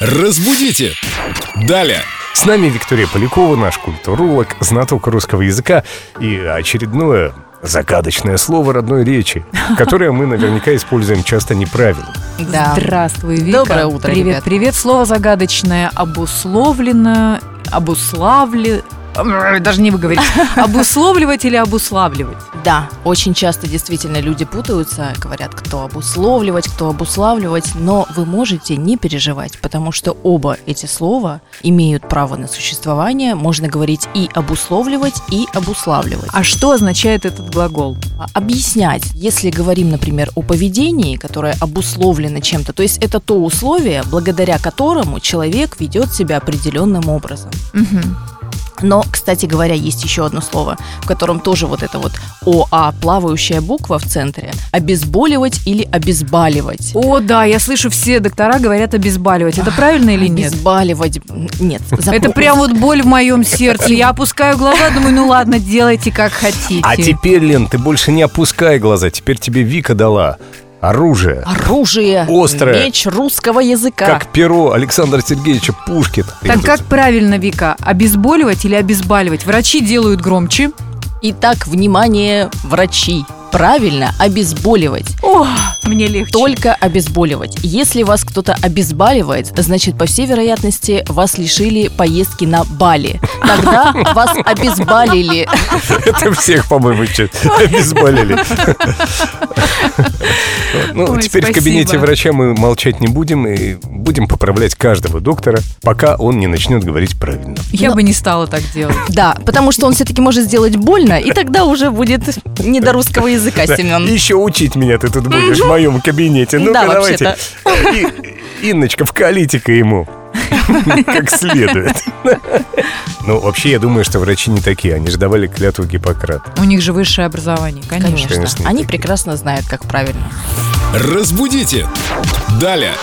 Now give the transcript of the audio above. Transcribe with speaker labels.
Speaker 1: Разбудите! Далее!
Speaker 2: С нами Виктория Полякова, наш культуролог, знаток русского языка и очередное загадочное слово родной речи, которое мы наверняка используем часто неправильно.
Speaker 3: Да.
Speaker 4: Здравствуй, Вика.
Speaker 3: Доброе утро,
Speaker 4: Привет,
Speaker 3: ребят.
Speaker 4: привет. Слово загадочное обусловлено, обуславли... Даже не выговорить. Обусловливать или обуславливать?
Speaker 3: Да, очень часто действительно люди путаются, говорят, кто обусловливать, кто обуславливать, но вы можете не переживать, потому что оба эти слова имеют право на существование, можно говорить и обусловливать, и обуславливать.
Speaker 4: А что означает этот глагол?
Speaker 3: А Объяснять, если говорим, например, о поведении, которое обусловлено чем-то, то есть это то условие, благодаря которому человек ведет себя определенным образом. Но, кстати говоря, есть еще одно слово, в котором тоже вот это вот ОА, плавающая буква в центре, обезболивать или обезболивать.
Speaker 4: О, да, я слышу, все доктора говорят обезболивать. Это правильно или нет?
Speaker 3: Обезболивать. Нет. запом-
Speaker 4: Это прям вот боль в моем сердце. Я опускаю глаза, думаю, ну ладно, делайте как хотите.
Speaker 2: А теперь, Лен, ты больше не опускай глаза, теперь тебе Вика дала оружие.
Speaker 3: Оружие.
Speaker 2: Острое.
Speaker 3: Меч русского языка.
Speaker 2: Как перо Александра Сергеевича Пушкина.
Speaker 4: Так как правильно, Вика, обезболивать или обезболивать? Врачи делают громче.
Speaker 3: Итак, внимание, врачи. Правильно, обезболивать.
Speaker 4: О, мне легче.
Speaker 3: Только обезболивать. Если вас кто-то обезболивает, значит, по всей вероятности, вас лишили поездки на Бали. Тогда вас обезболили.
Speaker 2: Это всех, по-моему, чё- обезболели. Ну,
Speaker 4: Ой,
Speaker 2: теперь в
Speaker 4: спасибо.
Speaker 2: кабинете врача мы молчать не будем и будем поправлять каждого доктора, пока он не начнет говорить правильно.
Speaker 4: Я
Speaker 3: Но-
Speaker 4: бы не стала так делать.
Speaker 3: Да, потому что он все-таки может сделать больно, и тогда уже будет не до русского языка,
Speaker 2: Да,
Speaker 3: Семен.
Speaker 2: Еще учить меня ты тут будешь в моем кабинете. Ну-ка,
Speaker 3: Да,
Speaker 2: давайте. И- Инночка, вкалите-ка ему. Как следует. Ну, вообще, я думаю, что врачи не такие. Они же давали клятву Гиппократа.
Speaker 4: У них же высшее образование, конечно.
Speaker 3: Конечно.
Speaker 2: Конечно,
Speaker 3: Они
Speaker 2: так.
Speaker 3: прекрасно знают, как правильно.
Speaker 1: Разбудите! Далее!